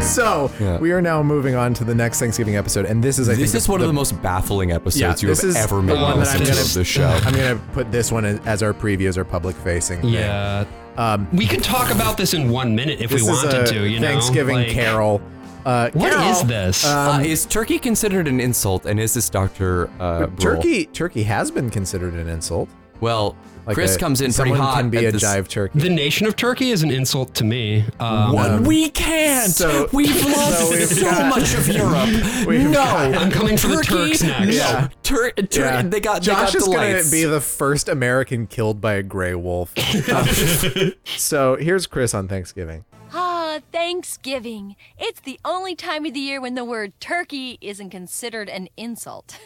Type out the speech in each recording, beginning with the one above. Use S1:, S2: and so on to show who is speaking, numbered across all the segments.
S1: So
S2: Yeah.
S1: we are now moving on to the next Thanksgiving episode, and this is I
S2: This
S1: think
S2: is one of the most baffling episodes
S1: Yeah,
S2: you have
S1: this is
S2: ever
S1: the
S2: made
S1: one
S2: on
S1: that I'm gonna-
S2: of the show.
S1: I'm gonna put this one as as our previews or public facing. thing.
S3: Yeah. Um, we can talk about this in one minute if
S1: this
S3: we
S1: is
S3: wanted
S1: a
S3: to. You know,
S1: Thanksgiving
S3: Like,
S1: Carol. Uh,
S3: What is
S1: Carol,
S3: this?
S1: Um,
S2: uh, is turkey considered an insult? And is this Dr. Uh, Brule?
S1: Turkey, turkey has been considered an insult.
S2: Well,
S1: Like
S2: Chris
S1: a-
S2: comes in pretty
S1: someone
S2: hot.
S1: Can be
S2: at
S1: a
S2: this-
S1: jive turkey.
S3: the nation of Turkey is an insult to me. Um,
S2: What? we can't.
S1: so-
S2: we've lost
S1: so
S2: so,
S1: we've got-
S2: much of Europe.
S1: we've
S2: no,
S1: got-
S3: I'm coming for the Turks next.
S2: No,
S1: Yeah.
S2: Tur- Tur-
S1: Yeah.
S2: they got.
S1: Josh
S2: they got
S1: is going to
S2: delights.
S1: be the first American killed by a gray wolf. Um, so here's Chris on Thanksgiving.
S4: Ah, Thanksgiving. It's the only time of the year when the word turkey isn't considered an insult.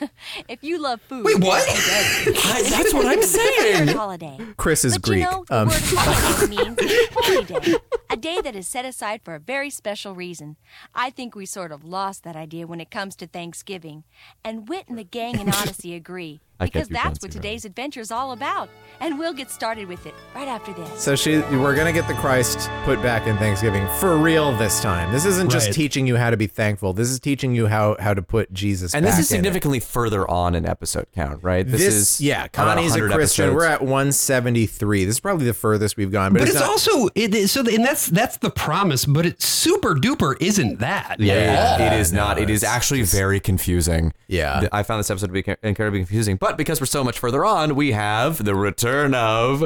S4: if you love food,
S3: Wait, what?
S2: I- that's what I'm
S4: it's
S2: saying.
S4: a holiday.
S1: Chris is
S4: but
S1: Greek.
S4: you know, the
S1: um,
S4: word holiday means holy day, a day that is set aside for a very special reason. I think we sort of lost that idea when it comes to Thanksgiving. And Wit and the gang in Odyssey agree,
S2: I can't
S4: because
S2: do
S4: that's
S2: fancy
S4: what
S2: really.
S4: today's adventure is all about. And we'll get started with it right after this.
S1: so she, we're going to get the Christ put back in Thanksgiving for real this time. This isn't just
S3: Right.
S1: teaching you how to be thankful. This is teaching you how how to put Jesus.
S2: And this
S1: back
S2: is
S1: in it.
S2: significantly further on in episode count, right? This, is
S1: yeah.
S2: about
S1: Connie's a
S2: 100
S1: Christian.
S2: episodes.
S1: We're at 173. This is probably the furthest we've gone, but,
S3: But it's,
S1: not,
S3: also it is, so, and that's that's the promise. But it super duper isn't that.
S2: Yeah, yeah, yeah.
S1: Yeah,
S2: it is
S1: no,
S2: not. It is
S1: it's
S2: actually very confusing.
S1: Yeah.
S2: Th- I found this episode to be ca- incredibly confusing. But because we're so much further on, we have the return of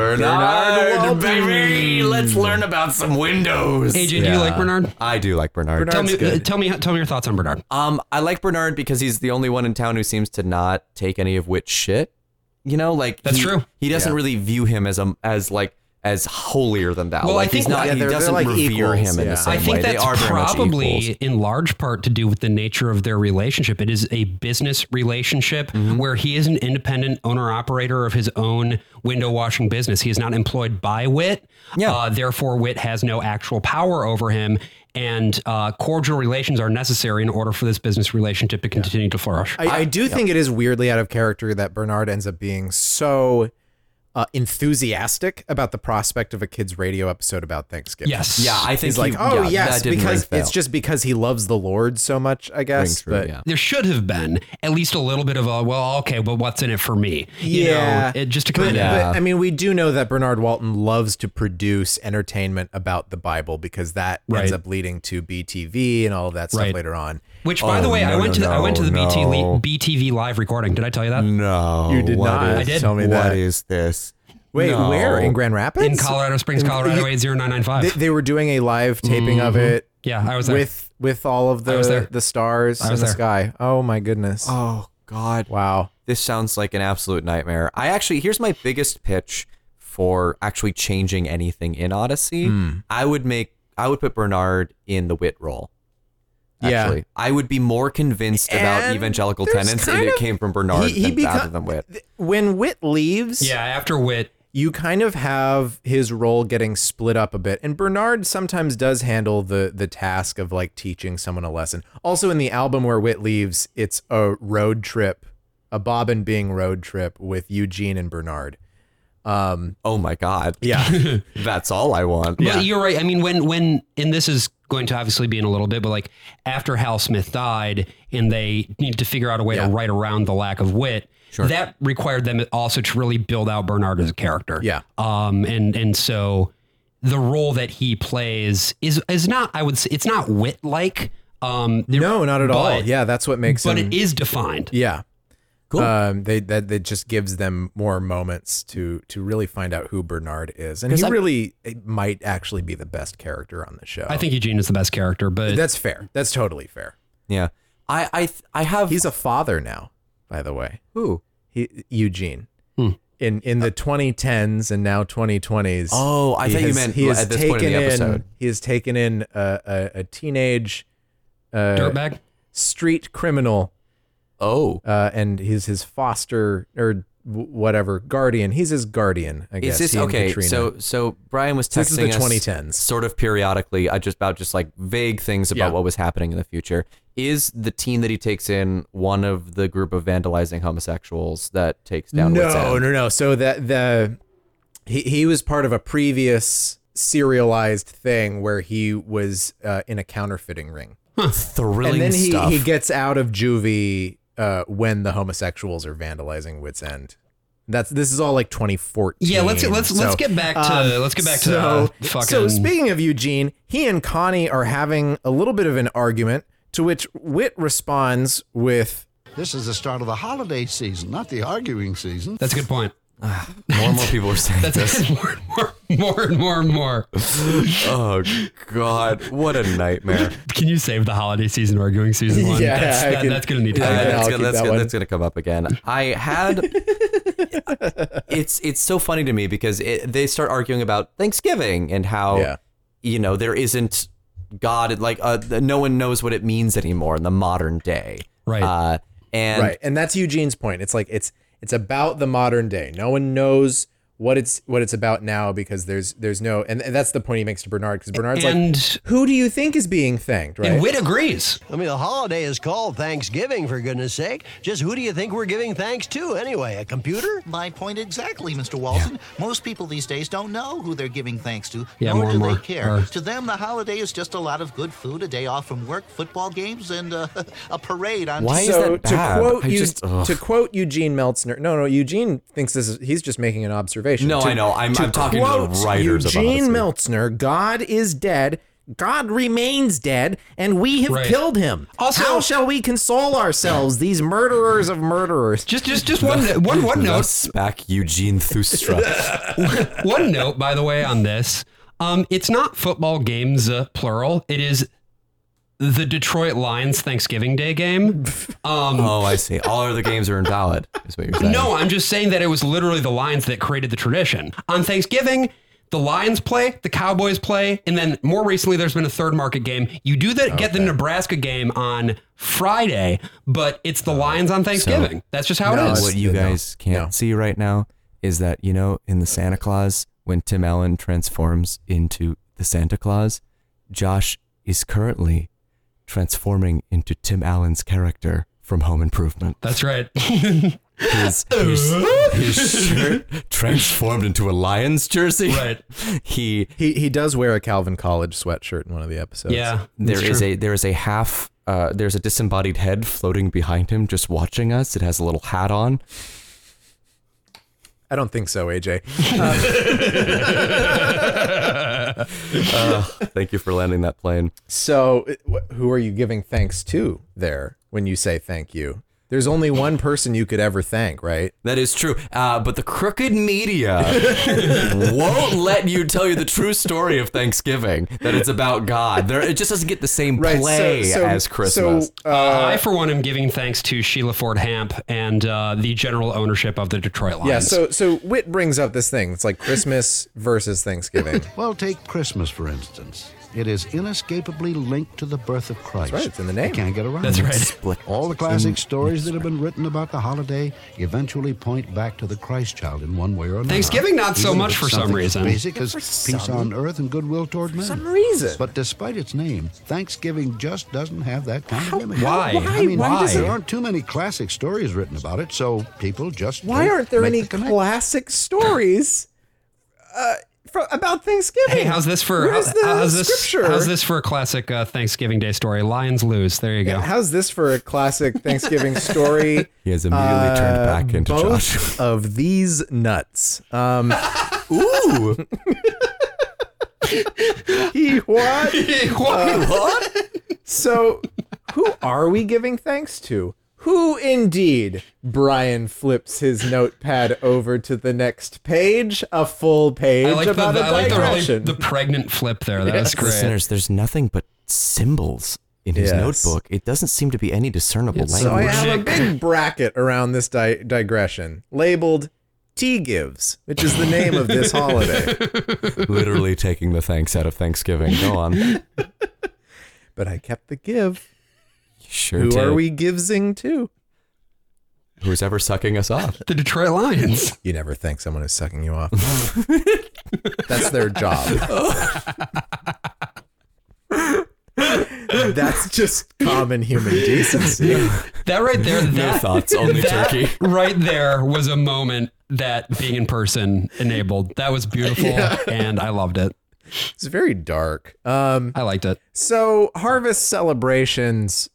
S2: Bernard,
S1: Bernard Walton.
S2: baby. Let's learn about some windows.
S3: AJ, do you like Bernard?
S2: I do like Bernard.
S1: Bernard-
S3: Tell me,
S1: That's good.
S3: uh, tell me, tell me your thoughts on Bernard.
S2: Um, I like Bernard because he's the only one in town who seems to not take any of Wit's shit. You know, like
S3: That's
S2: he-
S3: true.
S2: He doesn't
S1: Yeah.
S2: really view him as a as like as holier than thou.
S3: Well, I
S2: like he's
S3: think-
S2: not.
S1: Yeah,
S2: he
S1: they're- they're
S2: doesn't
S1: like
S2: revere
S1: equals,
S2: him in
S1: yeah.
S2: the same
S3: I think
S2: way. they
S3: that's
S2: are very much equals.
S3: probably in large part to do with the nature of their relationship. It is a business relationship
S2: Mm-hmm.
S3: where he is an independent owner operator of his own window washing business. He is not employed by Wit.
S2: Yeah.
S3: Uh, therefore, Wit has no actual power over him, and uh, cordial relations are necessary in order for this business relationship to continue to flourish.
S1: I, I do think it is weirdly out of character that Bernard ends up being so uh, enthusiastic about the prospect of a kids' radio episode about Thanksgiving.
S3: yes.
S2: Yeah, I think
S1: He's like,
S2: he-
S1: oh
S2: yeah,
S1: yes,
S2: that didn't ring
S1: because
S2: fell.
S1: it's just because he loves the Lord so much, I
S2: Ring
S1: guess.
S2: true,
S1: but
S2: yeah.
S3: There should have been at least a little bit of a well, okay, but what's in it for me? You
S1: Yeah.
S3: know, it, just to
S1: But,
S3: kind of
S2: Yeah.
S1: but I mean, we do know that Bernard Walton loves to produce entertainment about the Bible because that ends
S3: Right.
S1: up leading to BTV and all of that stuff
S3: Right.
S1: later on.
S3: Which, by
S2: Oh,
S3: the way, I
S2: no,
S3: went
S2: no,
S3: to the, I went to the
S2: no, Mm.
S3: BT
S2: no.
S3: le- BTV live recording. Did I tell you that?
S2: No,
S1: You did not
S3: I did.
S1: tell me
S2: what
S1: that.
S2: is this?
S1: Wait,
S2: No.
S1: where in Grand Rapids?
S3: In Colorado Springs,
S1: In-
S3: Colorado
S1: you-
S3: eight zero nine nine
S1: They,
S3: five.
S1: they were doing a live taping of it.
S3: Mm-hmm. Yeah, I was there.
S1: with with all of
S3: I was
S1: the
S3: there.
S1: the stars
S3: I
S1: in the
S3: was there.
S1: sky. Oh my goodness!
S2: Oh God,
S1: Wow.
S2: this sounds like an absolute nightmare. I actually here's my biggest pitch for actually changing anything in Odyssey.
S1: Hmm.
S2: I would make I would put Bernard in the wit role.
S1: Yeah.
S2: Actually. I would be more convinced about
S1: And
S2: evangelical
S1: there's
S2: tenets if
S1: kind
S2: it
S1: of-
S2: came from Bernard
S1: He- he
S2: than, rather
S1: become-
S2: than Wit.
S1: Th- When Wit leaves,
S3: yeah, after Wit.
S1: you kind of have his role getting split up a bit, and Bernard sometimes does handle the the task of like teaching someone a lesson. Also, in the album where Wit leaves, it's a road trip, a Bob and Bing road trip with Eugene and Bernard.
S2: Oh my God,
S1: Yeah,
S2: that's all I want.
S3: But you're right. I mean, when when and this is going to obviously be in a little bit, but like after Hal Smith died, and they needed to figure out a way
S1: Yeah.
S3: to right around the lack of Wit. That required them also to really build out Bernard as a character.
S1: Yeah.
S3: Um. And and so the role that he plays is is not. I would say it's not Wit like. Um.
S1: no, not at all.
S3: But-
S1: Yeah, that's what makes
S3: But
S1: him.
S3: it is defined.
S1: yeah,
S2: cool.
S1: Um, they that that just gives them more moments to to really find out who Bernard is, and he
S2: I'm-
S1: really might actually be the best character on the show.
S3: I think Eugene is the best character, but
S1: that's fair. That's totally fair.
S2: yeah, I I th- I have
S1: He's a father now, by the way.
S2: who?
S1: He, Eugene.
S2: Hmm.
S1: In in the 2010s and now 2020s.
S2: Oh, I
S1: he
S2: thought you
S1: has-
S2: meant
S1: he has
S2: at this point in the
S1: taken
S2: episode.
S1: he has taken in a, a, a teenage uh,
S3: dirtbag.
S1: street criminal
S2: Oh,
S1: uh, and he's his foster or w- whatever guardian. He's his guardian, I guess.
S2: Is this
S1: he and
S2: okay?
S1: Katrina.
S2: So so Brian was texting
S1: This is the
S2: us
S1: 2010s.
S2: sort of periodically. I just about just like vague things about
S1: Yeah.
S2: what was happening in the future. Is the teen that he takes in one of the group of vandalizing homosexuals that takes down? Wits
S1: no,
S2: End?
S1: no, no. So that the he he was part of a previous serialized thing where he was uh, in a counterfeiting ring.
S2: Thrilling
S1: and then he,
S2: stuff.
S1: he gets out of juvie uh, when the homosexuals are vandalizing Wits End. That's this is all like 2014.
S3: Yeah, let's let's
S1: so- um,
S3: let's get back to let's get back to uh, fucking.
S1: so speaking of Eugene, he and Connie are having a little bit of an argument to which Wit responds with
S5: This is the start of the holiday season, not the arguing season.
S3: that's a good point.
S2: more and more people are saying
S3: That's
S2: this.
S3: more and more, more and more and more.
S2: Oh God, what a nightmare.
S3: Can you save the holiday season arguing season one?
S1: Yeah,
S3: that's,
S1: I
S3: that,
S1: can-
S3: that's gonna need
S1: I can-
S2: Uh,
S3: time.
S1: I'll
S2: that's,
S1: keep
S2: gonna, that's,
S1: that
S2: gonna,
S1: one.
S2: that's gonna come up again. I had. it's it's so funny to me because it, they start arguing about Thanksgiving and how
S1: Yeah.
S2: you know there isn't God like uh, the- no one knows what it means anymore in the modern day.
S3: Right.
S2: Uh, and
S1: right, and that's Eugene's point. It's like it's it's about the modern day. No one knows what it's what it's about now because there's there's no and, and that's the point he makes to Bernard because Bernard's like
S3: and
S1: who do you think is being thanked right
S3: and Wit agrees.
S6: I mean, the holiday is called Thanksgiving, for goodness sake. Just who do you think we're giving thanks to, anyway? A computer?
S7: My point exactly, Mr. Walton. Most people these days don't know who they're giving thanks to,
S3: Yeah,
S7: nor
S3: more
S7: do
S3: and more
S7: they care.
S3: are-
S7: To them, the holiday is just a lot of good food, a day off from work, football games, and uh, a parade on
S2: Why is
S1: so
S2: that bad?
S1: to quote
S2: I
S1: you,
S2: just- ugh.
S1: to quote Eugene Meltzner, no, no, Eugene thinks this is he's just making an observation.
S2: No,
S1: To-
S2: I know. I'm-
S1: to
S2: I'm talking to the
S1: quote
S2: writers of
S1: Eugene
S2: Odyssey.
S1: Meltzner, God is dead. God remains dead, and we have
S3: Right.
S1: killed him.
S3: Also-
S1: How shall we console ourselves, these murderers of murderers?
S3: Just just just one one one note.
S2: Thus back Eugene Thustra.
S3: one note, by the way, on this. Um, it's not football games uh, plural. It is the Detroit Lions Thanksgiving Day game. Um,
S2: oh, I see. All other games are invalid. Is what you're saying.
S3: no, I'm just saying that it was literally the Lions that created the tradition. On Thanksgiving, the Lions play, the Cowboys play, and then more recently, there's been a third market game. You do the, get the Nebraska game on Friday, but it's the Lions on Thanksgiving. That's just how
S1: No,
S3: it is.
S1: it's-
S2: what you
S1: No.
S2: guys can't
S1: No.
S2: see right now is that you know in the Santa Claus when Tim Allen transforms into the Santa Claus, Josh is currently transforming into Tim Allen's character from Home Improvement.
S3: That's right.
S2: His, his, his shirt transformed into a Lions jersey.
S3: right.
S2: He
S1: He he does wear a Calvin College sweatshirt in one of the episodes.
S3: Yeah.
S2: there
S3: that's
S2: is
S3: true.
S2: a there is a half uh, there's a disembodied head floating behind him, just watching us. It has a little hat on.
S1: I don't think so, AJ.
S2: Thank you for landing that plane.
S1: So, wh- who are you giving thanks to there when you say thank you? There's only one person you could ever thank, right?
S2: That is true. Uh, but the crooked media won't let you tell you the true story of Thanksgiving that it's about God. There, it just doesn't get the same
S1: Right. so-
S2: play
S1: so,
S2: as Christmas.
S1: So, uh,
S3: I, for one, am giving thanks to Sheila Ford Hamp and uh, the general ownership of the Detroit Lions.
S1: Yeah, so so Wit brings up this thing. It's like Christmas versus Thanksgiving.
S5: Well, take Christmas, for instance. It is inescapably linked to the birth of Christ.
S1: right, it's in the name. Mm.
S5: You can't get around
S3: That's
S5: it.
S3: right.
S5: All the
S2: Mm.
S5: classic stories that have been written about the holiday eventually point back to the Christ child in one way or another.
S3: Thanksgiving, not so
S5: Even if
S3: much
S5: it's
S3: for some
S5: something as
S3: reason.
S5: Basic as
S1: For
S5: peace
S1: some-
S5: on earth and goodwill toward men.
S1: some reason.
S5: But despite its name, Thanksgiving just doesn't have that kind of image.
S3: why?
S5: I mean,
S3: Why does it-
S5: there aren't too many classic stories written about it, so people just
S1: Why
S5: don't
S1: aren't there
S5: make
S1: any
S5: the connection.
S1: classic stories uh, for, about Thanksgiving?
S3: Hey, how's this for
S1: Where's
S3: how-
S1: the
S3: how's this
S1: scripture?
S3: how's this for a classic uh, Thanksgiving Day story? Lions lose. There you go.
S1: How's this for a classic Thanksgiving story? Uh,
S2: he has immediately turned back into
S1: Both
S2: Josh.
S1: of these nuts. Um,
S2: Ooh,
S1: he what?
S2: what?
S1: So, who are we giving thanks to? Who indeed? Brian flips his notepad over to the next page, a full page
S3: I like, the,
S1: about a
S3: I like the, really,
S1: digression.
S3: the pregnant flip there. That was great.
S2: Listeners, there's nothing but symbols in his
S1: Yes.
S2: notebook. It doesn't seem to be any discernible
S1: So I
S2: language.
S1: have a
S3: Shit.
S1: big bracket around this di- digression labeled Tea Gives, which is the name of this holiday.
S2: Literally taking the thanks out of Thanksgiving. Go on.
S1: But I kept the give.
S2: Sure.
S1: Who are
S2: did.
S1: we givesing to?
S2: Who's ever sucking us off?
S3: The Detroit Lions.
S1: You never thank someone who's sucking you off. That's their job. That's just common human decency.
S3: That right there. That,
S2: No thoughts, only
S3: that
S2: turkey.
S3: right there was a moment that being in person enabled. That was beautiful, and I loved it.
S1: It's very dark. Um,
S3: I liked it.
S1: so harvest celebrations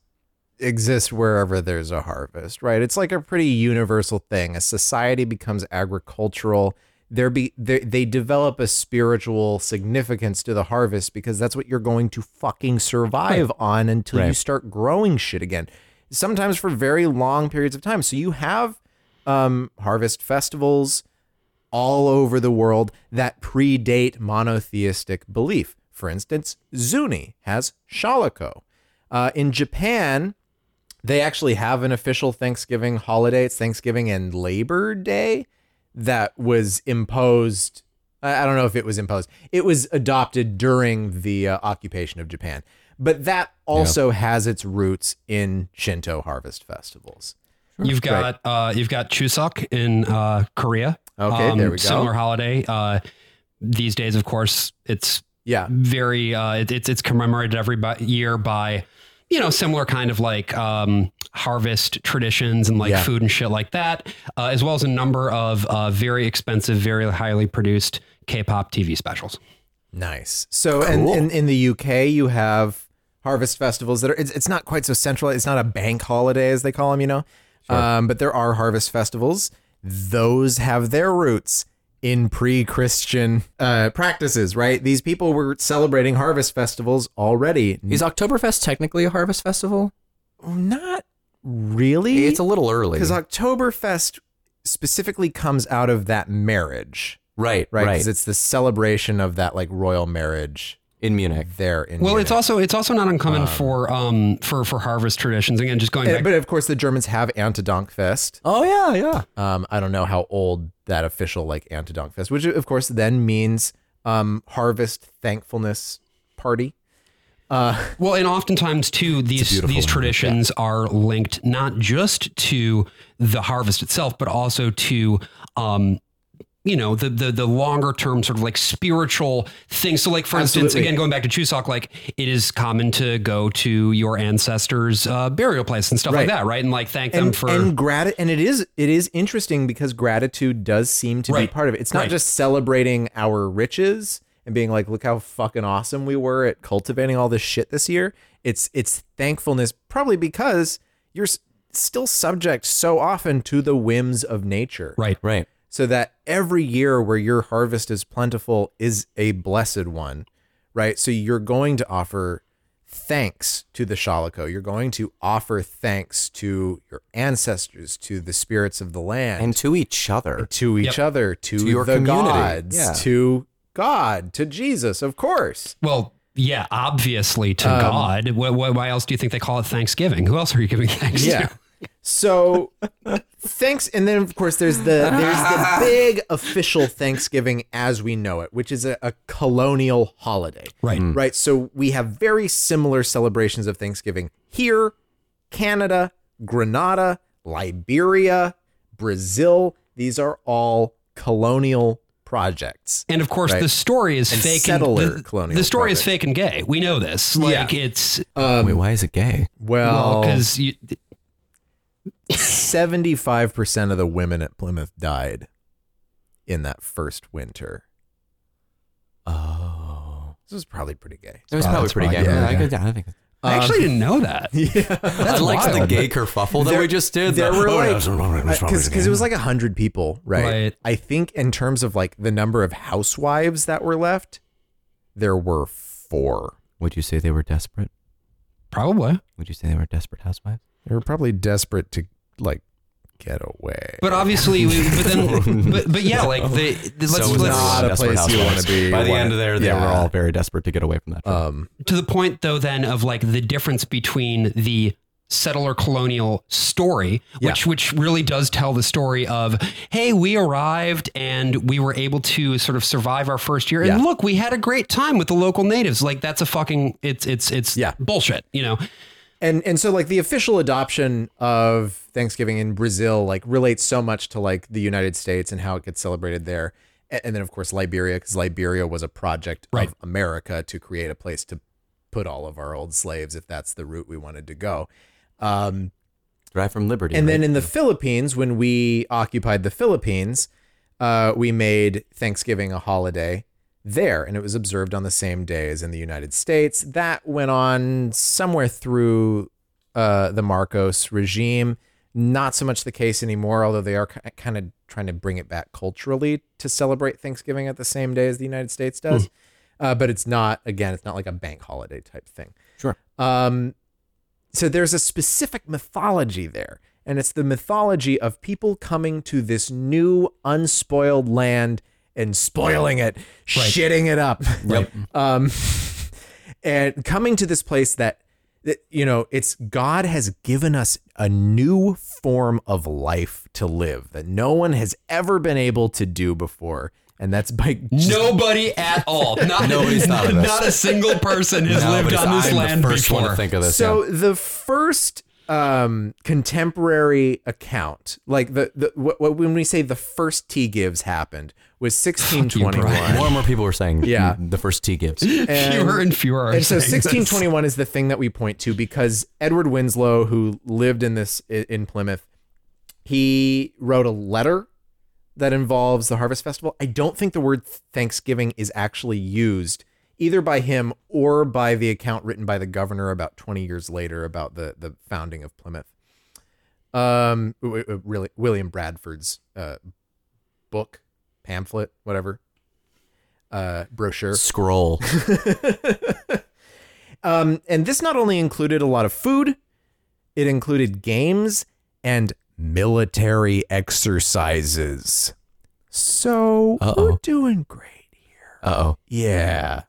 S1: exist wherever there's a harvest, right? It's like a pretty universal thing. As society becomes agricultural, there be they, they develop a spiritual significance to the harvest because that's what you're going to fucking survive on until you
S2: Right.
S1: start growing shit again. Sometimes for very long periods of time. So you have um, harvest festivals all over the world that predate monotheistic belief. For instance, Zuni has Shalako. Uh, in Japan, they actually have an official Thanksgiving holiday. It's Thanksgiving and Labor Day that was imposed. I I don't know if it was imposed. It was adopted during the uh, occupation of Japan. But that also has its roots in Shinto harvest festivals.
S3: You've got uh, you've got Chuseok in uh, Korea. Um,
S1: Okay, there we go.
S3: Similar holiday. Uh, these days, of course, it's
S1: Yeah.
S3: very uh, it, it's it's commemorated every bu- year by you know similar kind of like um, harvest traditions and like
S1: Yeah.
S3: food and shit like that, uh, as well as a number of uh, very expensive, very highly produced K-pop TV specials.
S1: Nice. So, and in, in the UK, you have harvest festivals that are, it's, it's not quite so central. It's not a bank holiday, as they call them, you know? Um, but there are harvest festivals. Those have their roots in pre Christian uh, practices, right? These people were celebrating harvest festivals already.
S8: Is Oktoberfest technically a harvest festival?
S1: not really.
S8: It's a little early.
S1: Because Oktoberfest specifically comes out of that marriage,
S2: Right,
S1: right?
S2: right.
S1: Because it's the celebration of that like royal marriage
S2: in Munich.
S1: there in
S3: Well, it's
S1: Munich.
S3: also it's also not uncommon for um for for harvest traditions. Again, just going
S1: Uh,
S3: back.
S1: but of course, the Germans have Antidonkfest.
S2: Oh yeah, yeah.
S1: Um, I don't know how old that official like Antidonkfest, which of course then means um, harvest thankfulness party. Uh,
S3: Well, and oftentimes too, these these traditions are linked not just to the harvest itself, but also to um, you know, the the the longer term sort of like spiritual things. So, like for instance,
S1: Absolutely.
S3: again going back to Chuseok, like it is common to go to your ancestors' uh, burial place and stuff
S1: Right.
S3: like that, right? And like thank them
S1: And
S3: for
S1: and grati- and it is it is interesting because gratitude does seem to
S3: Right.
S1: be part of it. It's not
S3: Right.
S1: just celebrating our riches and being like, look how fucking awesome we were at cultivating all this shit this year. It's it's thankfulness, probably because you're s- still subject so often to the whims of nature.
S3: right.
S2: Right.
S1: so that every year where your harvest is plentiful is a blessed one, right? So you're going to offer thanks to the Shalako. You're going to offer thanks to your ancestors, to the spirits of the land,
S2: And to each other.
S1: to each
S3: Yep.
S1: other, to,
S2: your
S1: the
S2: community.
S1: gods,
S2: Yeah.
S1: to God, to Jesus, of course.
S3: Well. Yeah, obviously to
S1: Um,
S3: God. Why, why, why else do you think they call it Thanksgiving? Who else are you giving thanks
S1: Yeah.
S3: to?
S1: So thanks and then of course there's the there's the big official Thanksgiving as we know it, which is a, a colonial holiday.
S3: Right.
S2: Hmm.
S1: Right. So we have very similar celebrations of Thanksgiving here, Canada, Grenada, Liberia, Brazil. These are all colonial projects.
S3: And of course,
S1: Right.
S3: the story is
S1: And
S3: fake.
S1: settler
S3: and, the,
S1: colonial
S3: the story is
S1: project.
S3: fake and gay. We know this. Like it's
S2: Wait, why is it gay?
S1: Um, Well,
S3: because you
S1: seventy-five percent of the women at Plymouth died in that first winter.
S2: Oh.
S1: This was probably pretty gay.
S2: It was probably pretty gay.
S1: probably
S2: Yeah, Uh, I
S1: gay.
S2: could- I think
S3: I actually
S1: Um,
S3: didn't know that.
S2: I liked the
S3: wild.
S2: gay kerfuffle that
S1: There-
S2: we just did.
S1: there
S2: though.
S1: were
S2: Oh,
S1: like-
S2: yeah, it was- it was-
S1: because it was like 100 people right?
S3: Right.
S1: i think in terms of like the number of housewives that were left there were four
S2: Would you say they were desperate?
S3: Probably,
S2: Would you say they were desperate housewives?
S1: they were probably desperate to like get away
S3: but obviously, we, but then, but, but yeah, like the, the let's,
S2: was
S3: let's
S1: not a
S2: Desperate
S1: place you
S2: Housewives.
S1: wanna be.
S2: By the
S1: You
S2: end
S1: wanna-
S2: of there, they
S1: Yeah.
S2: were all very desperate to get away from that. trip.
S1: um
S3: to the point though then of like the difference between the settler colonial story which which really does tell the story of hey we arrived and we were able to sort of survive our first year and
S1: Yeah.
S3: look we had a great time with the local natives like that's a fucking it's it's it's
S1: Yeah.
S3: bullshit you know
S1: and and so like the official adoption of Thanksgiving in Brazil like relates so much to like the United States and how it gets celebrated there, A- and then of course Liberia because Liberia was a project
S3: Right.
S1: of America to create a place to put all of our old slaves if that's the route we wanted to go. Um,
S2: Drive from Liberty.
S1: and
S2: right?
S1: then in the Philippines, when we occupied the Philippines, uh, we made Thanksgiving a holiday there, and it was observed on the same day as in the United States. That went on somewhere through uh, the Marcos regime. Not so much the case anymore, although they are kind of trying to bring it back culturally to celebrate Thanksgiving at the same day as the United States does.
S2: Hmm.
S1: Uh, but it's not, again, it's not like a bank holiday type thing.
S2: Sure.
S1: Um, so there's a specific mythology there, and it's the mythology of people coming to this new unspoiled land and spoiling it, shitting it up. Yep. um, and coming to this place that, that you know, it's God has given us a new form of life to live that no one has ever been able to do before. And that's by just
S3: Nobody at all. Not,
S2: Nobody's thought of
S3: not,
S2: this.
S3: a single person has lived on this
S2: I'm
S3: land
S2: the first
S3: before.
S2: one to think of this.
S1: So
S2: yeah.
S1: the first um, contemporary account, like the the what, what, when we say the first tea gives happened was
S2: Oh, more
S1: 1621.
S2: and more people were saying,
S1: Yeah.
S2: mm, the first tea gives.
S3: fewer and fewer are
S1: And so
S3: saying this.
S1: 1621 is the thing that we point to because Edward Winslow, who lived in this in Plymouth, he wrote a letter that involves the Harvest Festival. I don't think the word Thanksgiving is actually used either by him or by the account written by the governor about 20 years later about the the founding of Plymouth. Um, w- w- really, William Bradford's uh, book, pamphlet, whatever, uh, brochure.
S2: Scroll.
S1: Um, and this not only included a lot of food, it included games and military exercises. So we're
S2: Uh-oh.
S1: doing great here.
S2: Uh oh.
S1: Yeah.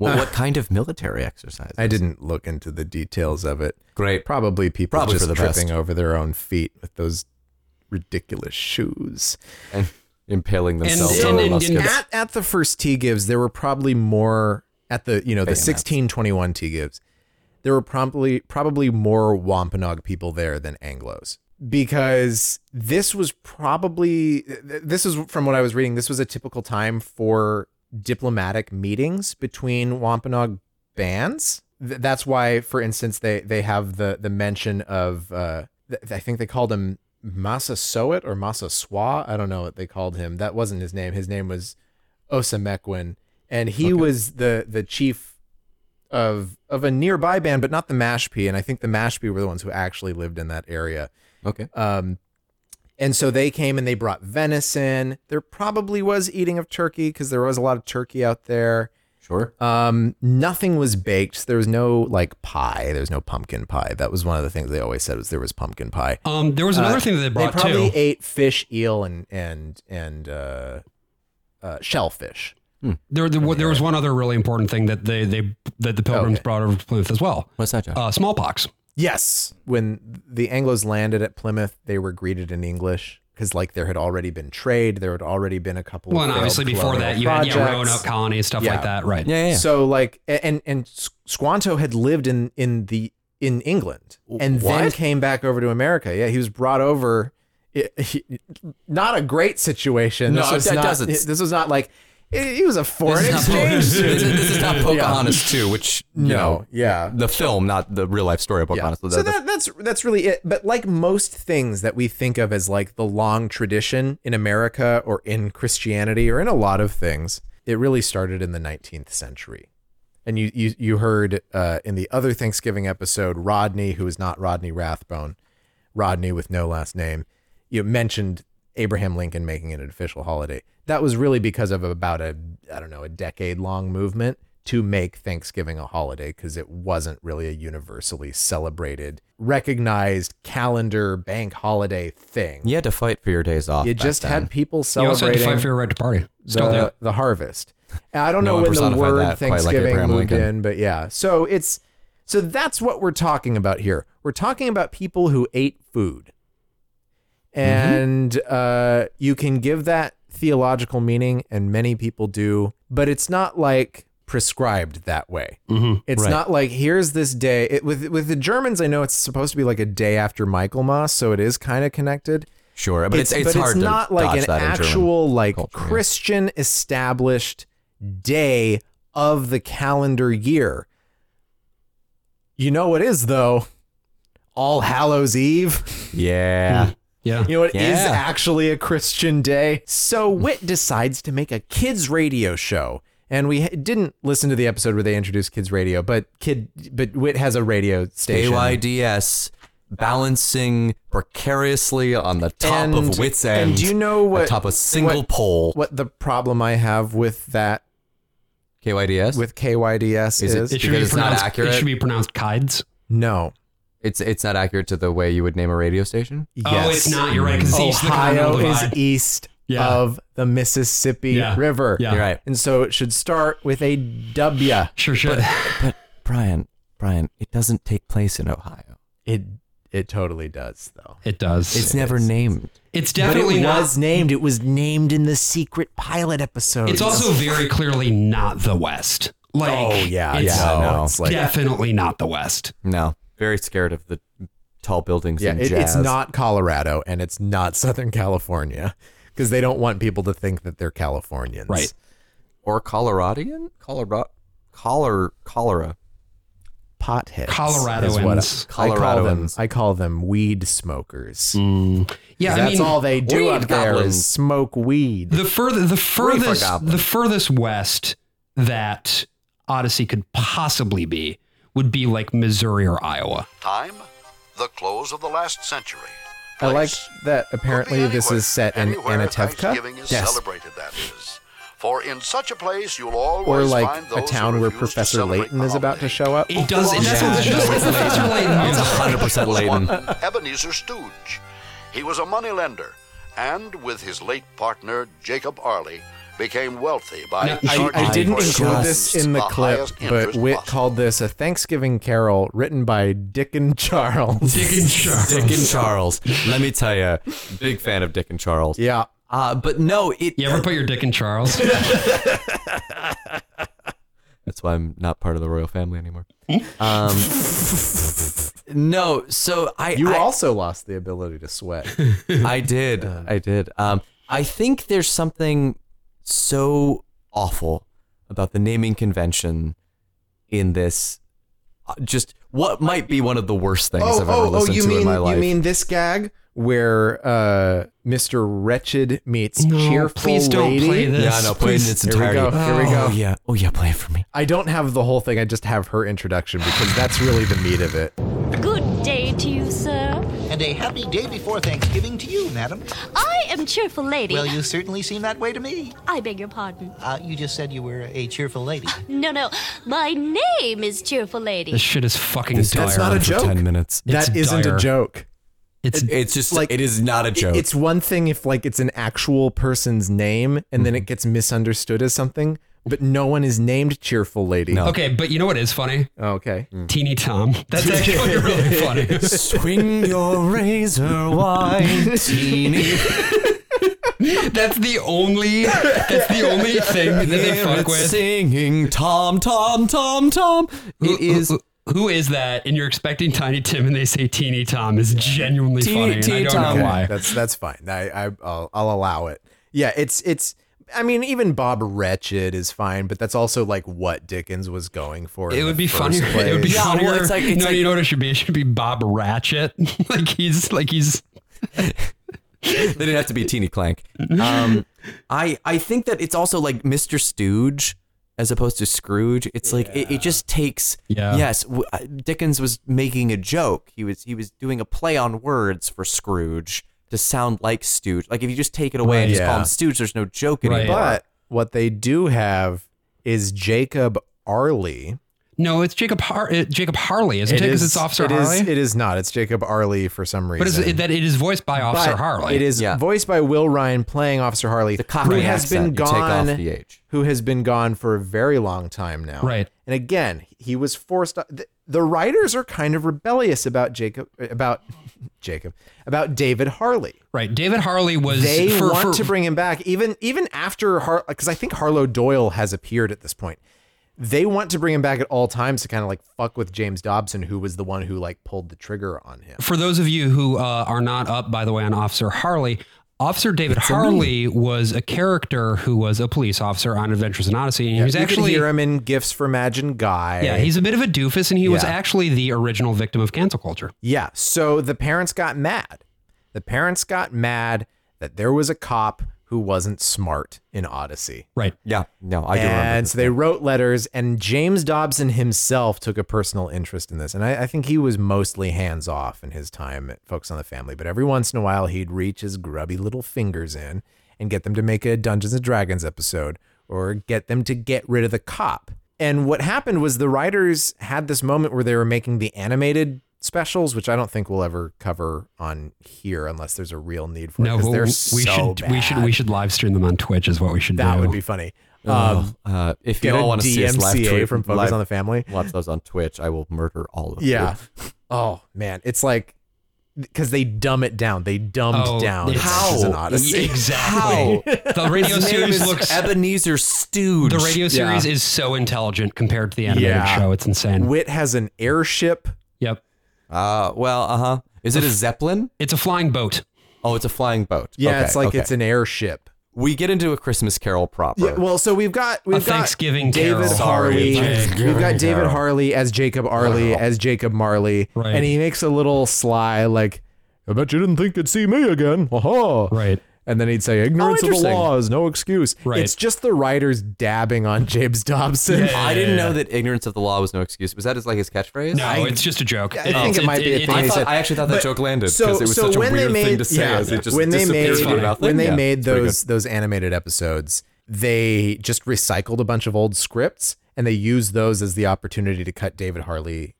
S2: Well, what kind of military exercise?
S1: Uh. I didn't look into the details of it.
S2: Great.
S1: Probably people
S2: Probably
S1: just
S2: for the best.
S1: tripping over their own feet with those ridiculous shoes.
S2: And impaling themselves
S3: and-
S2: on their
S3: and- and
S2: muskets.
S1: At, at the first tea gives, there were probably more at the you know the
S2: Bayonets.
S1: sixteen twenty one tea gives. There were probably probably more Wampanoag people there than Anglo's because this was probably th- this is from what I was reading. This was a typical time for diplomatic meetings between Wampanoag bands. Th- that's why, for instance, they they have the the mention of uh, th- I think they called him Masa Sowet or Masa Swa. I don't know what they called him. That wasn't his name. His name was Osamequin, and he was the the chief of of a nearby band, but not the Mashpee. And I think the Mashpee were the ones who actually lived in that area.
S2: Okay.
S1: Um, and so they came and they brought venison. There probably was eating of turkey because there was a lot of turkey out there.
S2: Sure.
S1: Um, nothing was baked. There was no like pie. There was no pumpkin pie. That was one of the things they always said was there was pumpkin pie.
S3: Um, there was another
S1: Uh,
S3: thing that they brought
S1: probably
S3: too.
S1: ate fish, eel, and and and uh, uh, shellfish.
S3: There, there, there was one other really important thing that they, they that the pilgrims
S1: Okay.
S3: brought over to Plymouth as well.
S2: What's that, Josh?
S3: Uh, smallpox.
S1: Yes. When the Anglos landed at Plymouth, they were greeted in English because, like, there had already been trade. There had already been a couple.
S3: Well,
S1: of
S3: and
S1: failed
S3: obviously before that,
S1: colonial
S3: you had yeah,
S1: projects.
S3: Roanoke colonies, stuff
S1: Yeah.
S3: like that, right?
S2: yeah, yeah, yeah.
S1: So, like, a- and and S- Squanto had lived in in the in England and then
S2: What?
S1: came back over to America. Yeah, he was brought over. i- he- not a great situation.
S2: No,
S1: this was
S2: that
S1: not,
S2: doesn't-
S1: This was not like he he was a foreign
S2: This is not Po-
S1: exchange.
S2: this
S1: student.
S2: is- this is not Pocahontas 2, which, you
S1: no,
S2: know,
S1: yeah,
S2: the film, not the real life story of Pocahontas.
S1: So that, that's that's really it. But like most things that we think of as like the long tradition in America or in Christianity or in a lot of things, it really started in the 19th century. And you you you heard uh, in the other Thanksgiving episode, Rodney, who is not Rodney Rathbone, Rodney with no last name, you mentioned Abraham Lincoln making it an official holiday. That was really because of about a I don't know a decade long movement to make Thanksgiving a holiday because it wasn't really a universally celebrated, recognized calendar bank holiday thing.
S2: you had to fight for your days off.
S1: you
S2: back
S1: just
S2: then.
S1: had people
S3: You also had to
S1: celebrating
S3: fight for your right to party. Still do.
S1: the, the harvest. And I don't
S2: No
S1: know
S2: one
S1: when the
S2: personified
S1: word
S2: that quite like
S1: Thanksgiving
S2: Abraham
S1: moved
S2: Lincoln.
S1: in, but yeah. So it's so that's what we're talking about here. We're talking about people who ate food,
S2: Mm-hmm.
S1: and uh, you can give that theological meaning, and many people do, but it's not like prescribed that way.
S3: Mm-hmm.
S1: It's
S2: Right.
S1: not like here's this day it, with with the Germans. I know it's supposed to be like a day after Michaelmas, so it is kind of connected
S2: Sure, but it's,
S1: but
S2: it's, hard
S1: it's
S2: to
S1: not like
S2: dodge
S1: an
S2: that in German.
S1: actual like
S2: culture, yeah.
S1: Christian established day of the calendar year. You know what is though? All Hallows Eve.
S2: Yeah.
S3: Yeah.
S1: You know what is
S2: Yeah.
S1: actually a Christian day? So Wit decides to make a kids radio show And we ha- didn't listen to the episode where they introduced kids radio, but kid, but Wit has a radio station.
S2: AYDS balancing precariously on the top of wits end.
S1: And do you know what?
S2: atop a single
S1: what-
S2: pole?
S1: What the problem I have with that
S2: KYDS
S1: with KYDS is,
S2: Is it-
S3: It
S2: Because
S3: be
S2: it's not
S3: pronounced-
S2: accurate?
S3: It should be pronounced kides.
S1: no.
S2: it's it's not accurate to the way you would name a radio station.
S1: Yes.
S3: Oh, it's not. You're right. 'cause it's east of the
S1: Ohio
S3: continental
S1: is e-
S3: divide.
S1: east
S3: Yeah.
S1: of the Mississippi
S3: Yeah.
S1: River.
S3: Yeah. You're
S2: right.
S1: And so it should start with a W.
S3: Sure, sure.
S2: But Brian, Brian, it doesn't take place in Ohio.
S1: It it totally does though.
S3: It does.
S2: It's never named.
S3: It's definitely
S1: but it
S3: not.
S1: was named. It was named in the secret pilot episode.
S3: it's also very clearly not the West. Like,
S1: Oh yeah,
S3: it's
S1: yeah.
S2: no,
S1: it's like
S3: definitely not the West.
S2: No, very scared of the tall buildings.
S1: yeah,
S2: and
S1: it- it's
S2: jazz.
S1: not Colorado and it's not Southern California because they don't want people to think that they're Californians.
S3: Right.
S2: or Coloradian, Colorado, Color, Colora.
S1: Potheads. is what I-
S3: Coloradoans.
S1: I call them, I call them weed smokers.
S3: Yeah, I
S1: that's
S3: mean,
S1: all they do
S2: weed
S1: up there is
S2: goblins.
S1: smoke weed.
S3: the further the
S2: for
S3: furthest
S2: goblin.
S3: the furthest west that Odyssey could possibly be would be like Missouri or Iowa.
S5: Time? The close of the last century.
S1: I like
S5: Place.
S1: that. Apparently,
S5: Could be
S1: this
S5: anywhere.
S1: is set in
S5: Anywhere
S1: Anatevka.
S5: Thanksgiving is celebrated, that is. For in such a place, you'll always
S1: Or like
S5: find
S1: a
S5: those
S1: town
S5: who
S1: where
S5: refuse to
S1: Professor
S5: celebrate
S1: Layton
S5: the
S1: is about to
S5: holiday.
S1: show up.
S2: Oh,
S3: It does. It, that's what, just like Professor Layton.
S2: It's
S3: is.
S2: 100%
S5: One
S2: Layton.
S5: Ebenezer Stooge. He was a moneylender and, with his late partner, Jacob Arley, became wealthy by...
S3: Now,
S1: I, I
S5: charging
S1: didn't
S5: for
S1: include
S5: students
S1: this in the clip,
S5: highest
S1: but
S5: interest
S1: Witt
S5: possible.
S1: called this a Thanksgiving carol written by Dick and Charles.
S3: Dick and Charles.
S2: Dick and Charles. Let me tell you, big fan of Dick and Charles.
S1: yeah.
S2: Uh, but no, it.
S3: You ever put your dick in Charles?
S2: That's why I'm not part of the royal family anymore.
S3: Hmm?
S2: Um, no, so I
S1: You
S2: I,
S1: also lost the ability to sweat.
S2: I did. I did. Um, I think there's something so awful about the naming convention in this. uh, Just what might be one of the worst things I've ever
S1: Oh,
S2: listened
S1: you
S2: to
S1: mean
S2: in my life.
S1: you mean this gag where uh, Mr. Wretched meets cheerful
S3: please don't
S1: lady?
S3: play this.
S2: yeah, no, play it in
S3: Please.
S2: its
S1: Here we
S2: entirety.
S1: go, here we go.
S2: Oh yeah, oh yeah, play it for me.
S1: I don't have the whole thing. I just have her introduction because that's really the meat of it.
S9: Good day to you, sir.
S7: And a happy day before Thanksgiving to you, madam.
S9: I am cheerful lady.
S7: Well, you certainly seem that way to me.
S9: I beg your pardon.
S7: Uh, you just said you were a cheerful lady.
S9: No, no. My name is cheerful lady.
S3: this shit is fucking dire.
S1: That's not a
S2: for
S1: joke.
S2: 10 minutes.
S1: That
S3: It's
S1: not
S3: dire.
S1: a joke.
S3: it's
S2: It's just
S1: Like,
S2: like it is not a
S1: It-
S2: joke.
S1: It's one thing if like it's an actual person's name and then
S2: Mm-hmm.
S1: it gets misunderstood as something, but no one is named cheerful lady.
S2: No.
S3: okay, but you know what is funny?
S1: Okay.
S3: Teeny Tom. That's actually really funny.
S2: Swing your razor wide, teeny.
S3: That's the only. That's the only thing that they
S2: Hear
S3: fuck
S2: it
S3: with.
S2: singing Tom, Tom, Tom, Tom. It is
S3: Who- Who is that? And you're expecting Tiny Tim, and they say Teeny Tom is genuinely
S2: Teeny-
S3: funny.
S2: Teeny
S3: and I don't
S2: Tom.
S3: know
S1: Okay,
S3: why.
S1: That's that's fine. I, I I'll, I'll allow it. Yeah, it's it's. I mean, even Bob Wretched is fine, but that's also like what Dickens was going for. in
S3: It
S1: the
S3: would be
S1: first
S3: funnier. It would be
S1: place.
S2: Yeah, well,
S3: funnier.
S2: it's like- it's
S3: no,
S2: like-
S3: you know what it should be? It should be Bob Ratchet. like he's like he's.
S2: they didn't have to be teeny clank. Um, I I think that it's also like Mr. Stooge as opposed to Scrooge. It's like it, it just takes.
S3: Yeah.
S2: Yes, w- uh, Dickens was making a joke. He was he was doing a play on words for Scrooge to sound like Stooge. Like if you just take it away and just call
S1: yeah.
S2: him Stooge, there's no joke
S3: Right.
S2: anymore.
S1: But what they do have is Jacob Arley.
S3: No, it's Jacob Har- uh, Jacob Harley, isn't it? Because it's Officer
S1: it is-
S3: Harley.
S1: it is not. It's Jacob Arley for some reason.
S3: but is it, that it is voiced by Officer
S1: But
S3: Harley.
S1: It is
S2: Yeah.
S1: voiced by Will Ryan playing Officer Harley,
S2: The
S1: who
S2: Cockney
S1: has been
S2: accent, you take off
S1: gone,
S2: the uh, H.
S1: who has been gone for a very long time now.
S3: Right.
S1: And again, he was forced. The, the writers are kind of rebellious about Jacob, about Jacob, about David Harley.
S3: right. David Harley was.
S1: They
S3: for,
S1: want
S3: for-
S1: to bring him back, even even after Har, because I think Harlow Doyle has appeared at this point. They want to bring him back at all times to kind of like fuck with James Dobson, who was the one who like pulled the trigger on him.
S3: for those of you who uh, are not up, by the way, on Officer Harley, Officer David Harley was a character who was a police officer on Adventures in Odyssey, and he was
S1: you can
S3: actually
S1: hear him in "Gifts for Imagine Guy."
S3: yeah, he's a bit of a doofus, and he was
S1: Yeah.
S3: actually the original victim of cancel culture.
S1: Yeah. So the parents got mad. The parents got mad that there was a cop who wasn't smart in Odyssey.
S3: Right.
S2: Yeah. No, I do remember.
S1: And
S2: this.
S1: so they wrote letters, and James Dobson himself took a personal interest in this. And I, I think he was mostly hands off in his time at Focus on the Family, but every once in a while he'd reach his grubby little fingers in and get them to make a Dungeons and Dragons episode or get them to get rid of the cop. And what happened was the writers had this moment where they were making the animated specials, which I don't think we'll ever cover on here unless there's a real need for it.
S3: No,
S1: 'cause
S3: but
S1: they're
S3: we
S1: so
S3: should we should we
S1: bad.
S3: should live stream them on Twitch is what we should
S1: that
S3: do.
S1: would be funny.
S2: Oh,
S1: Um,
S2: uh, if you
S1: get
S2: all
S1: a
S2: want to see us live
S1: DMCA
S2: tweet,
S1: from Focus
S2: live-
S1: on the Family.
S2: watch those on Twitch. I will murder all of you.
S1: Yeah. Oh man, it's like because they dumb it down. They dumbed
S3: Oh,
S1: down
S3: it's-
S1: How? an Odyssey.
S3: Exactly. The radio
S2: His name
S3: series
S2: is
S3: looks
S2: Ebenezer Stooge.
S3: the radio series is so intelligent compared to the animated
S1: Yeah.
S3: show. It's insane.
S1: Wit has an airship.
S3: Yep.
S2: Uh, well, uh huh. Is it a zeppelin?
S3: It's a flying boat.
S2: Oh, it's a flying boat.
S1: Yeah,
S2: Okay,
S1: it's like
S2: okay.
S1: it's an airship.
S2: We get into a Christmas Carol proper.
S1: Yeah, well, so we've got we've got
S3: Thanksgiving
S1: David
S3: Carol.
S1: Harley.
S3: Sorry, Jake.
S1: We've got David Harley as Jacob Arley as Jacob Marley,
S3: Right.
S1: and he makes a little sly like, "I bet you didn't think you'd see me again." Aha.
S3: Right.
S1: And then he'd say, "Ignorance of the
S2: interesting.
S1: law is no excuse."
S3: Right.
S1: It's just the writers dabbing on James Dobson.
S2: I didn't know that ignorance of the law was no excuse. Was that his like his catchphrase?
S3: No, it's just a joke.
S1: Oh. I think it might be a thing
S2: I,
S1: he
S2: thought,
S1: said-
S2: I actually thought that
S1: but-
S2: joke landed because it was such a
S1: when they
S2: weird thing
S1: made-
S2: to say.
S1: yeah,
S2: as it just
S1: when they
S2: disappeared
S1: made
S2: into nothing.
S1: when they
S2: Yeah,
S1: made
S2: it's pretty good.
S1: those those animated episodes, they just recycled a bunch of old scripts and they used those as the opportunity to cut David Harley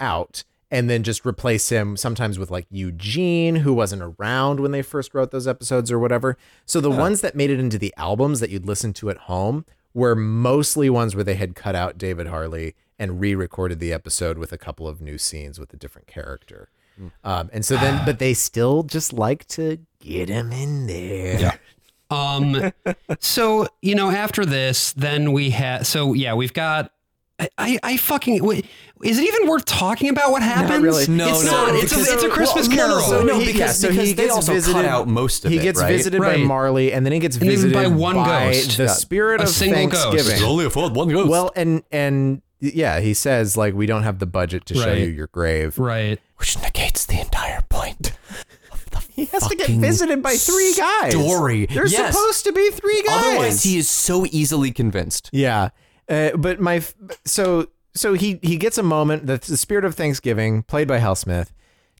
S1: out and then just replace him sometimes with like Eugene who wasn't around when they first wrote those episodes or whatever. So the ones that made it into the albums that you'd listen to at home were mostly ones where they had cut out David Harley and re-recorded the episode with a couple of new scenes with a different character. Um, and so then, but they still just like to get him in there. Yeah.
S3: Um, so you know, after this, then we had. So yeah, we've got. I, I, I fucking. Wait, is it even worth talking about what happens?
S1: really.
S2: No,
S3: it's
S2: no,
S3: not.
S2: no,
S3: It's,
S2: because-
S3: a, it's a Christmas
S2: well,
S3: Carol.
S2: So no, because- because they also cut
S1: visited-
S2: out most of
S1: he
S2: it,
S1: gets
S2: right?
S1: visited by
S3: Right.
S1: Marley, and then he gets
S3: And then
S1: visited
S3: by one
S1: by
S3: ghost.
S1: The
S3: Yeah.
S1: spirit
S3: A
S1: of
S3: single ghost.
S1: Thanksgiving.
S2: only afford one ghost.
S1: Well, and and yeah, he says like we don't have the budget to show
S3: Right.
S1: you your grave.
S3: right.
S2: which negates the entire point.
S1: He has to get
S2: Fucking
S1: visited by three guys.
S2: story.
S1: There's
S2: Yes.
S1: supposed to be three guys.
S2: Otherwise, he is so easily convinced.
S1: Yeah. Uh, but my f- so so he he gets a moment that the spirit of Thanksgiving played by Hal Smith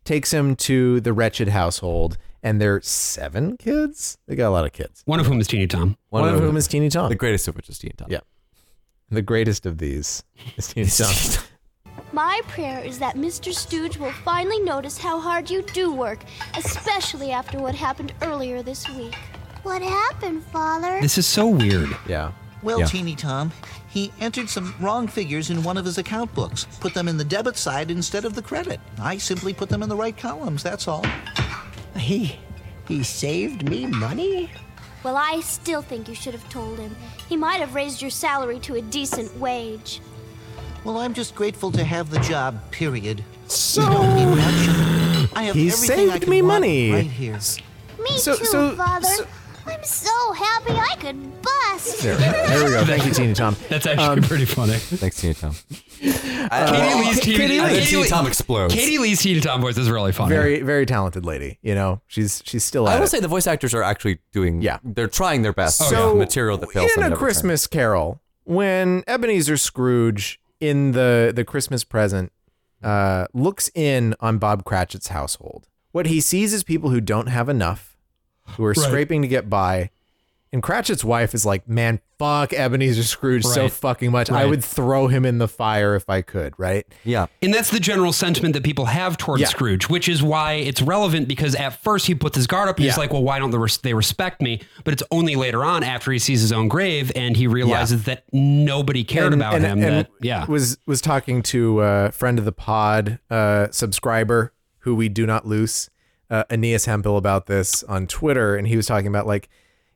S1: takes him to the wretched household and their seven kids. They got a lot of kids.
S3: One of whom is Teeny Tom.
S1: One, of whom is Teeny Tom.
S2: the
S1: The,
S2: greatest of which is Teen Tom.
S1: Yeah. greatest of these is Teeny Tom.
S10: My prayer is that Mr. Stooge will finally notice how hard you do work, especially after what happened earlier this week. What happened, Father?
S3: This is so weird.
S1: Yeah.
S7: Well,
S2: Yeah.
S7: Teeny Tom, he entered some wrong figures in one of his account books, put them in the debit side instead of the credit. I simply put them in the right columns, that's all.
S6: He, he saved me money?
S10: Well, I still think you should have told him. He might have raised your salary to a decent wage.
S7: Well, I'm just grateful to have the job, period. So. I have
S1: He
S7: everything I
S1: saved
S7: could
S1: me
S7: want
S1: money.
S7: Right here.
S10: Me
S1: So-
S10: too,
S1: so-
S10: Father.
S1: so-
S10: I'm so happy I could bust.
S1: There we go. There we go. Thank you, Teeny Tom.
S3: That's
S1: Um,
S3: actually pretty funny.
S2: Thanks, Teen Tom.
S1: Uh,
S3: Katie Lee's Teeny
S1: Katie
S3: I
S1: Lee.
S3: think
S2: Teen
S3: Lee-
S2: Tom explodes.
S3: Katie Lee's Teeny Tom voice is really funny.
S1: Very very talented lady. You know, she's she's still.
S2: I
S1: at
S2: will
S1: it.
S2: say the voice actors are actually doing.
S1: Yeah.
S2: they're trying their best. with
S1: so
S2: material that fails on
S1: in a
S2: every turn.
S1: Christmas Carol, when Ebenezer Scrooge in the the Christmas present uh, looks in on Bob Cratchit's household, what he sees is people who don't have enough, who are scraping to get by. And Cratchit's wife is like, man, fuck Ebenezer Scrooge so
S3: Right.
S1: fucking much. I
S3: Right.
S1: would throw him in the fire if I could, right?
S2: Yeah,
S3: And that's the general sentiment that people have towards
S1: Yeah.
S3: Scrooge, which is why it's relevant because at first he puts his guard up and he's
S1: Yeah.
S3: like, well, why don't the res- they respect me? But it's only later on after he sees his own grave and he realizes that nobody cared about him. that, yeah.
S1: was was talking to a friend of the pod uh, subscriber who we do not lose, uh, Aeneas Hempel, about this on Twitter, and he was talking about like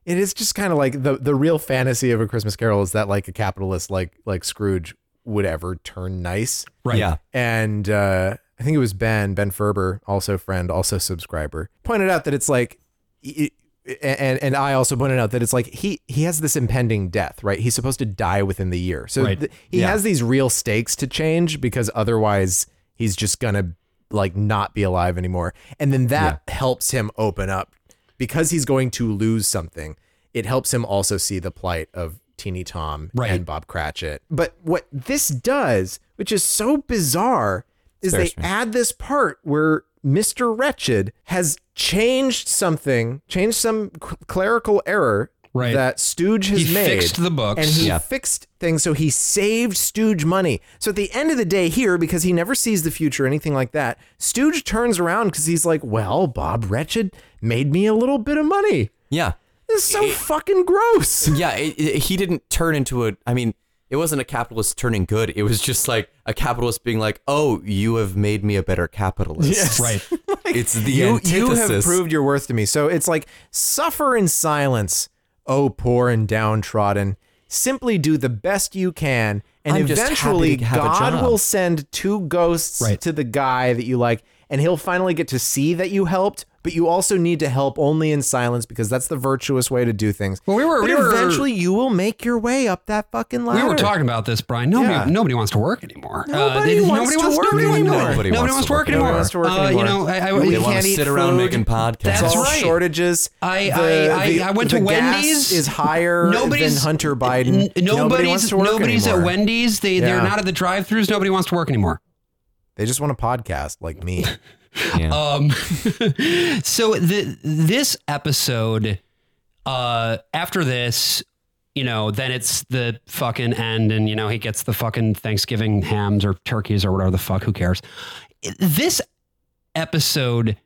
S1: it is just kind of like the the real fantasy of a Christmas Carol is that like a capitalist like like Scrooge would ever turn nice,
S3: Right.
S2: Yeah.
S1: and uh, I think it was Ben Ben Ferber, also friend, also subscriber, pointed out that it's like. It, and and I also pointed out that it's like he he has this impending death, right? He's supposed to die within the year, so
S3: Right.
S1: th- he
S2: Yeah.
S1: has these real stakes to change because otherwise he's just gonna like not be alive anymore, and then that helps him open up because he's going to lose something, it helps him also see the plight of Teeny Tom
S3: Right.
S1: and Bob Cratchit. But what this does, which is so bizarre, is they
S2: Scares me.
S1: add this part where Mr. Wretched has changed something, changed some c- clerical error
S3: Right.
S1: that Stooge has
S3: He
S1: made.
S3: fixed the books.
S1: And he
S2: Yeah.
S1: fixed things so he saved Stooge money. So at the end of the day here, because he never sees the future or anything like that, Stooge turns around because he's like, well, Bob Wretched made me a little bit of money.
S2: Yeah.
S1: This is so fucking gross.
S2: Yeah. It, it- he didn't turn into a, I mean, it wasn't a capitalist turning good. It was just like a capitalist being like, oh, you have made me a better capitalist.
S1: Yes.
S3: Right.
S2: It's the
S1: you, you
S2: antithesis.
S1: have proved your worth to me. So it's like, suffer in silence, oh poor and downtrodden. Simply do the best you can, and
S2: I'm just happy
S1: eventually
S2: to have a
S1: God
S2: job.
S1: will send two ghosts
S3: Right.
S1: to the guy that you like, and he'll finally get to see that you helped. But you also need to help only in silence because that's the virtuous way to do things.
S3: Well, we were-
S1: But
S3: we were-
S1: eventually, you will make your way up that fucking ladder.
S3: We were talking about this, Brian. Nobody,
S1: Yeah.
S3: nobody wants to work anymore. Uh,
S1: Nobody wants to work
S3: nobody
S1: anymore.
S3: Nobody, wants to work anymore.
S1: Nobody wants to work
S3: Uh, you
S1: anymore.
S3: know, I, I,
S1: Nobody
S3: we
S2: they want
S1: can't
S2: to
S1: eat
S2: sit around
S1: food.
S2: making podcasts.
S1: It's
S3: That's
S1: all
S3: right.
S1: shortages.
S3: I-
S1: The-
S3: I- I-
S1: the-
S3: I went to
S1: the gas
S3: Wendy's.
S1: Is higher
S3: Nobody's
S1: than Hunter Biden.
S3: N-
S1: Nobody wants
S3: nobody's
S1: to work
S3: nobody's at
S1: anymore.
S3: Wendy's. They they're
S1: Yeah.
S3: not at the drive-throughs. Nobody wants to work anymore.
S1: They just want a podcast like me.
S2: Yeah.
S3: Um, so the this episode, uh, after this, you know, then it's the fucking end, and you know he gets the fucking Thanksgiving hams or turkeys or whatever the fuck. Who cares? This episode.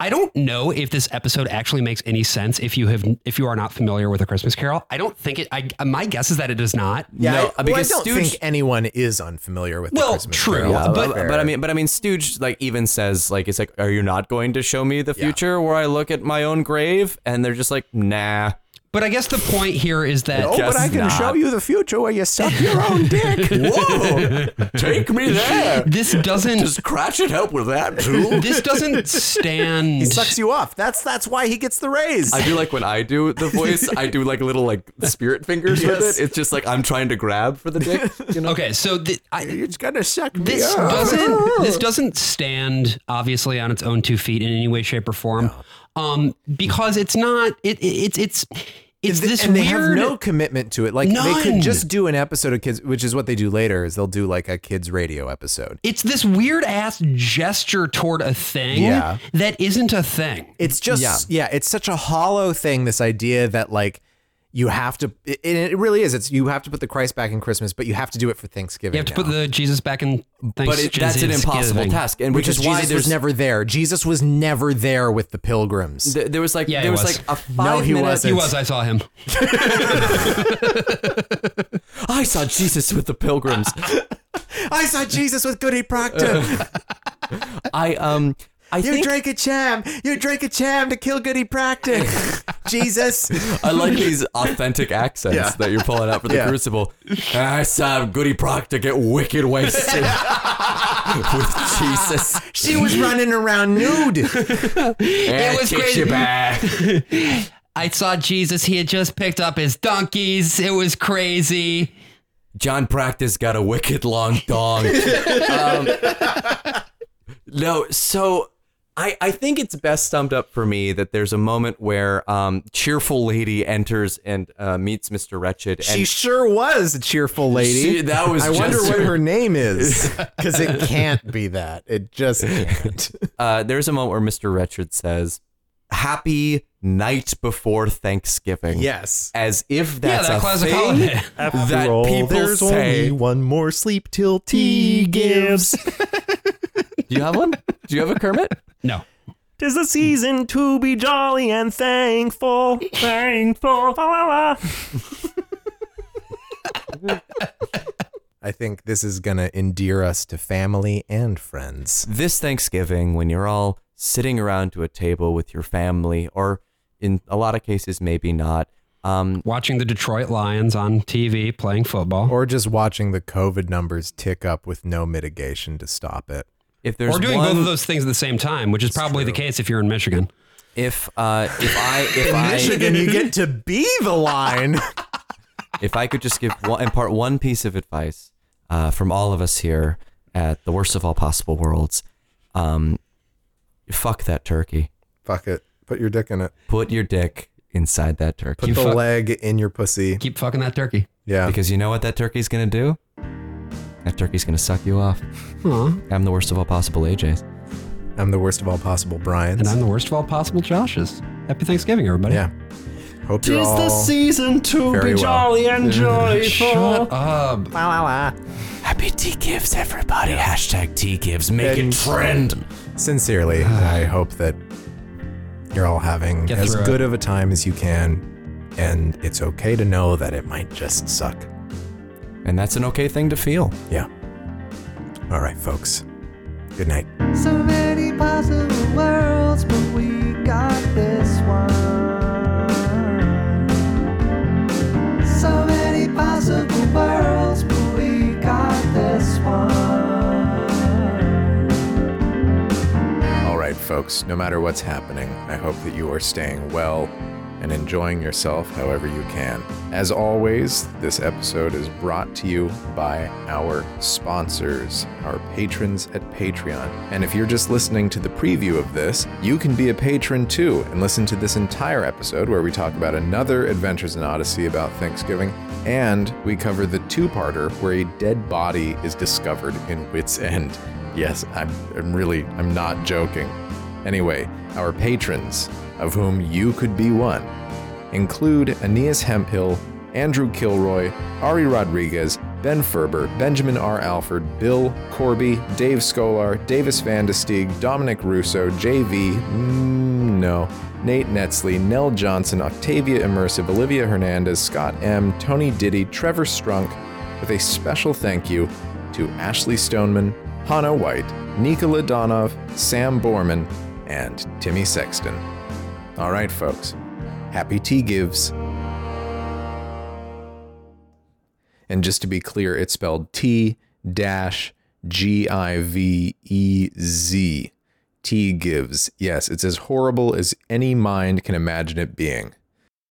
S3: I don't know if this episode actually makes any sense if you have if you are not familiar with a Christmas Carol. I don't think it. I my guess is that it does not.
S2: No,
S1: I,
S2: because
S1: well, I don't
S2: Stooge-
S1: think anyone is unfamiliar with.
S3: Well,
S1: the Christmas
S3: true,
S1: Carol.
S2: Yeah,
S3: Well,
S2: but,
S3: but-
S2: but I mean, but I mean, Stooge like even says like it's like, are you not going to show me the
S1: Yeah.
S2: future where I look at my own grave? And they're just like, nah.
S3: But I guess the point here is that
S1: oh, but
S2: guess
S1: I can
S2: not.
S1: show you the future where you suck your own dick. Whoa!
S2: Take me there.
S3: this doesn't
S2: Cratchit help with that too?
S3: this doesn't stand.
S1: He sucks you off. That's that's why he gets the raise.
S2: I do like when I do the voice. I do like little like spirit fingers
S1: Yes.
S2: with it. It's just like I'm trying to grab for the dick. You know?
S3: Okay, so th- I,
S1: it's gonna suck me
S3: this
S1: up.
S3: doesn't this doesn't stand obviously on its own two feet in any way, shape, or form, um, because it's not it, it it's it's it's
S1: Th-
S3: this
S1: and they have
S3: weird.
S1: no commitment to it. Like they
S3: None.
S1: could just do an episode of kids, which is what they do later. Is they'll do like a kids radio episode.
S3: it's this weird ass gesture toward a thing
S1: Yeah.
S3: that isn't a thing.
S1: It's just yeah.
S2: Yeah.
S1: it's such a hollow thing. This idea that like you have to, it, it really is. It's you have to put the Christ back in Christmas, but you have to do it for Thanksgiving.
S3: You have to
S1: now.
S3: put the Jesus back in.
S2: But it, that's an impossible
S3: Thanksgiving.
S2: task, and which
S1: because
S2: is
S1: Jesus
S2: why
S1: was
S2: there's
S1: never there. Jesus was never there with the pilgrims.
S2: th- there was like
S3: Yeah, he
S2: there was,
S3: was.
S2: like a five
S1: No, he
S2: minute.
S1: wasn't.
S3: He was. I saw him.
S2: I saw Jesus with the pilgrims.
S1: I saw Jesus with Goody Proctor.
S2: I um I
S1: you
S2: think
S1: drank a cham. You drank a cham to kill Goody Proctor. Jesus.
S2: I like these authentic accents
S1: Yeah.
S2: that you're pulling out for the
S1: Yeah.
S2: Crucible. I saw Goody Proctor get wicked wasted with Jesus.
S1: She was running around nude.
S2: It
S3: was crazy. I saw Jesus. He had just picked up his donkeys. It was crazy.
S2: John Practice got a wicked long dong. um, no, so I, I think it's best summed up for me that there's a moment where um, cheerful lady enters and uh, meets Mr. Wretched. And
S1: She sure was a cheerful lady.
S2: She- that was
S1: I wonder
S2: just
S1: what
S2: her.
S1: her name is because it can't be that. It just can't.
S2: uh, there's a moment where Mr. Wretched says, "Happy night before Thanksgiving."
S1: yes.
S2: as if that's
S3: that
S2: a
S3: classic
S2: thing
S3: holiday.
S2: that people
S1: there's
S2: say.
S1: only one more sleep till tea gives.
S2: Do you have one? Do you have a Kermit?
S3: No.
S1: Tis the season to be jolly and thankful. Thankful. I think this is going to endear us to family and friends.
S2: This Thanksgiving, when you're all sitting around to a table with your family, or in a lot of cases maybe not, um,
S3: Watching the Detroit Lions on TV playing football.
S1: Or just watching the COVID numbers tick up with no mitigation to stop it.
S2: if there's
S3: or doing
S2: one,
S3: both of those things at the same time, which is probably the case if you're in Michigan.
S2: if uh, if I if I
S1: Michigan, you get to be the line.
S2: if I could just give one, impart one piece of advice uh, from all of us here at the worst of all possible worlds, um, fuck that turkey.
S1: Fuck it. Put your dick in it.
S2: Put your dick inside that turkey.
S1: Put the leg in your pussy.
S3: Keep fucking that turkey.
S1: Yeah.
S2: Because you know what that turkey's gonna do? That turkey's gonna suck you off. I'm the worst of all possible AJs.
S1: I'm the worst of all possible Brian's.
S3: And I'm the worst of all possible Joshes. Happy Thanksgiving, everybody.
S1: Yeah. Hope you're all
S8: season to
S1: very well.
S8: and
S3: Shut up.
S2: Happy tea gives, everybody. Hashtag tea gives. Make
S1: And-
S2: it trend.
S1: Sincerely, I hope that you're all having
S3: Get
S1: as
S3: through it.
S1: good of a time as you can, and it's okay to know that it might just suck.
S2: And that's an okay thing to feel.
S1: Yeah. All right, folks. Good night.
S11: So many possible worlds, but we got this one. So many possible worlds, but we got this one.
S1: All right, folks. No matter what's happening, I hope that you are staying well and enjoying yourself however you can. As always, this episode is brought to you by our sponsors, our patrons at Patreon. And if you're just listening to the preview of this, you can be a patron too and listen to this entire episode where we talk about another Adventures in Odyssey about Thanksgiving, and we cover the two parter where a dead body is discovered in Wits End. Yes, I'm, I'm really, I'm not joking. Anyway, our patrons, of whom you could be one, include Aeneas Hemphill, Andrew Kilroy, Ari Rodriguez, Ben Ferber, Benjamin R. Alford, Bill Corby, Dave Scolar, Davis Van de Steeg, Dominic Russo, JV, mm, no, Nate Netsley, Nell Johnson, Octavia Immersive, Olivia Hernandez, Scott M., Tony Diddy, Trevor Strunk, with a special thank you to Ashley Stoneman, Hannah White, Nikola Donov, Sam Borman, and Timmy Sexton. All right, folks. Happy Tea Gives. And just to be clear, it's spelled T dash G I V E Z. Tea Gives. Yes, it's as horrible as any mind can imagine it being.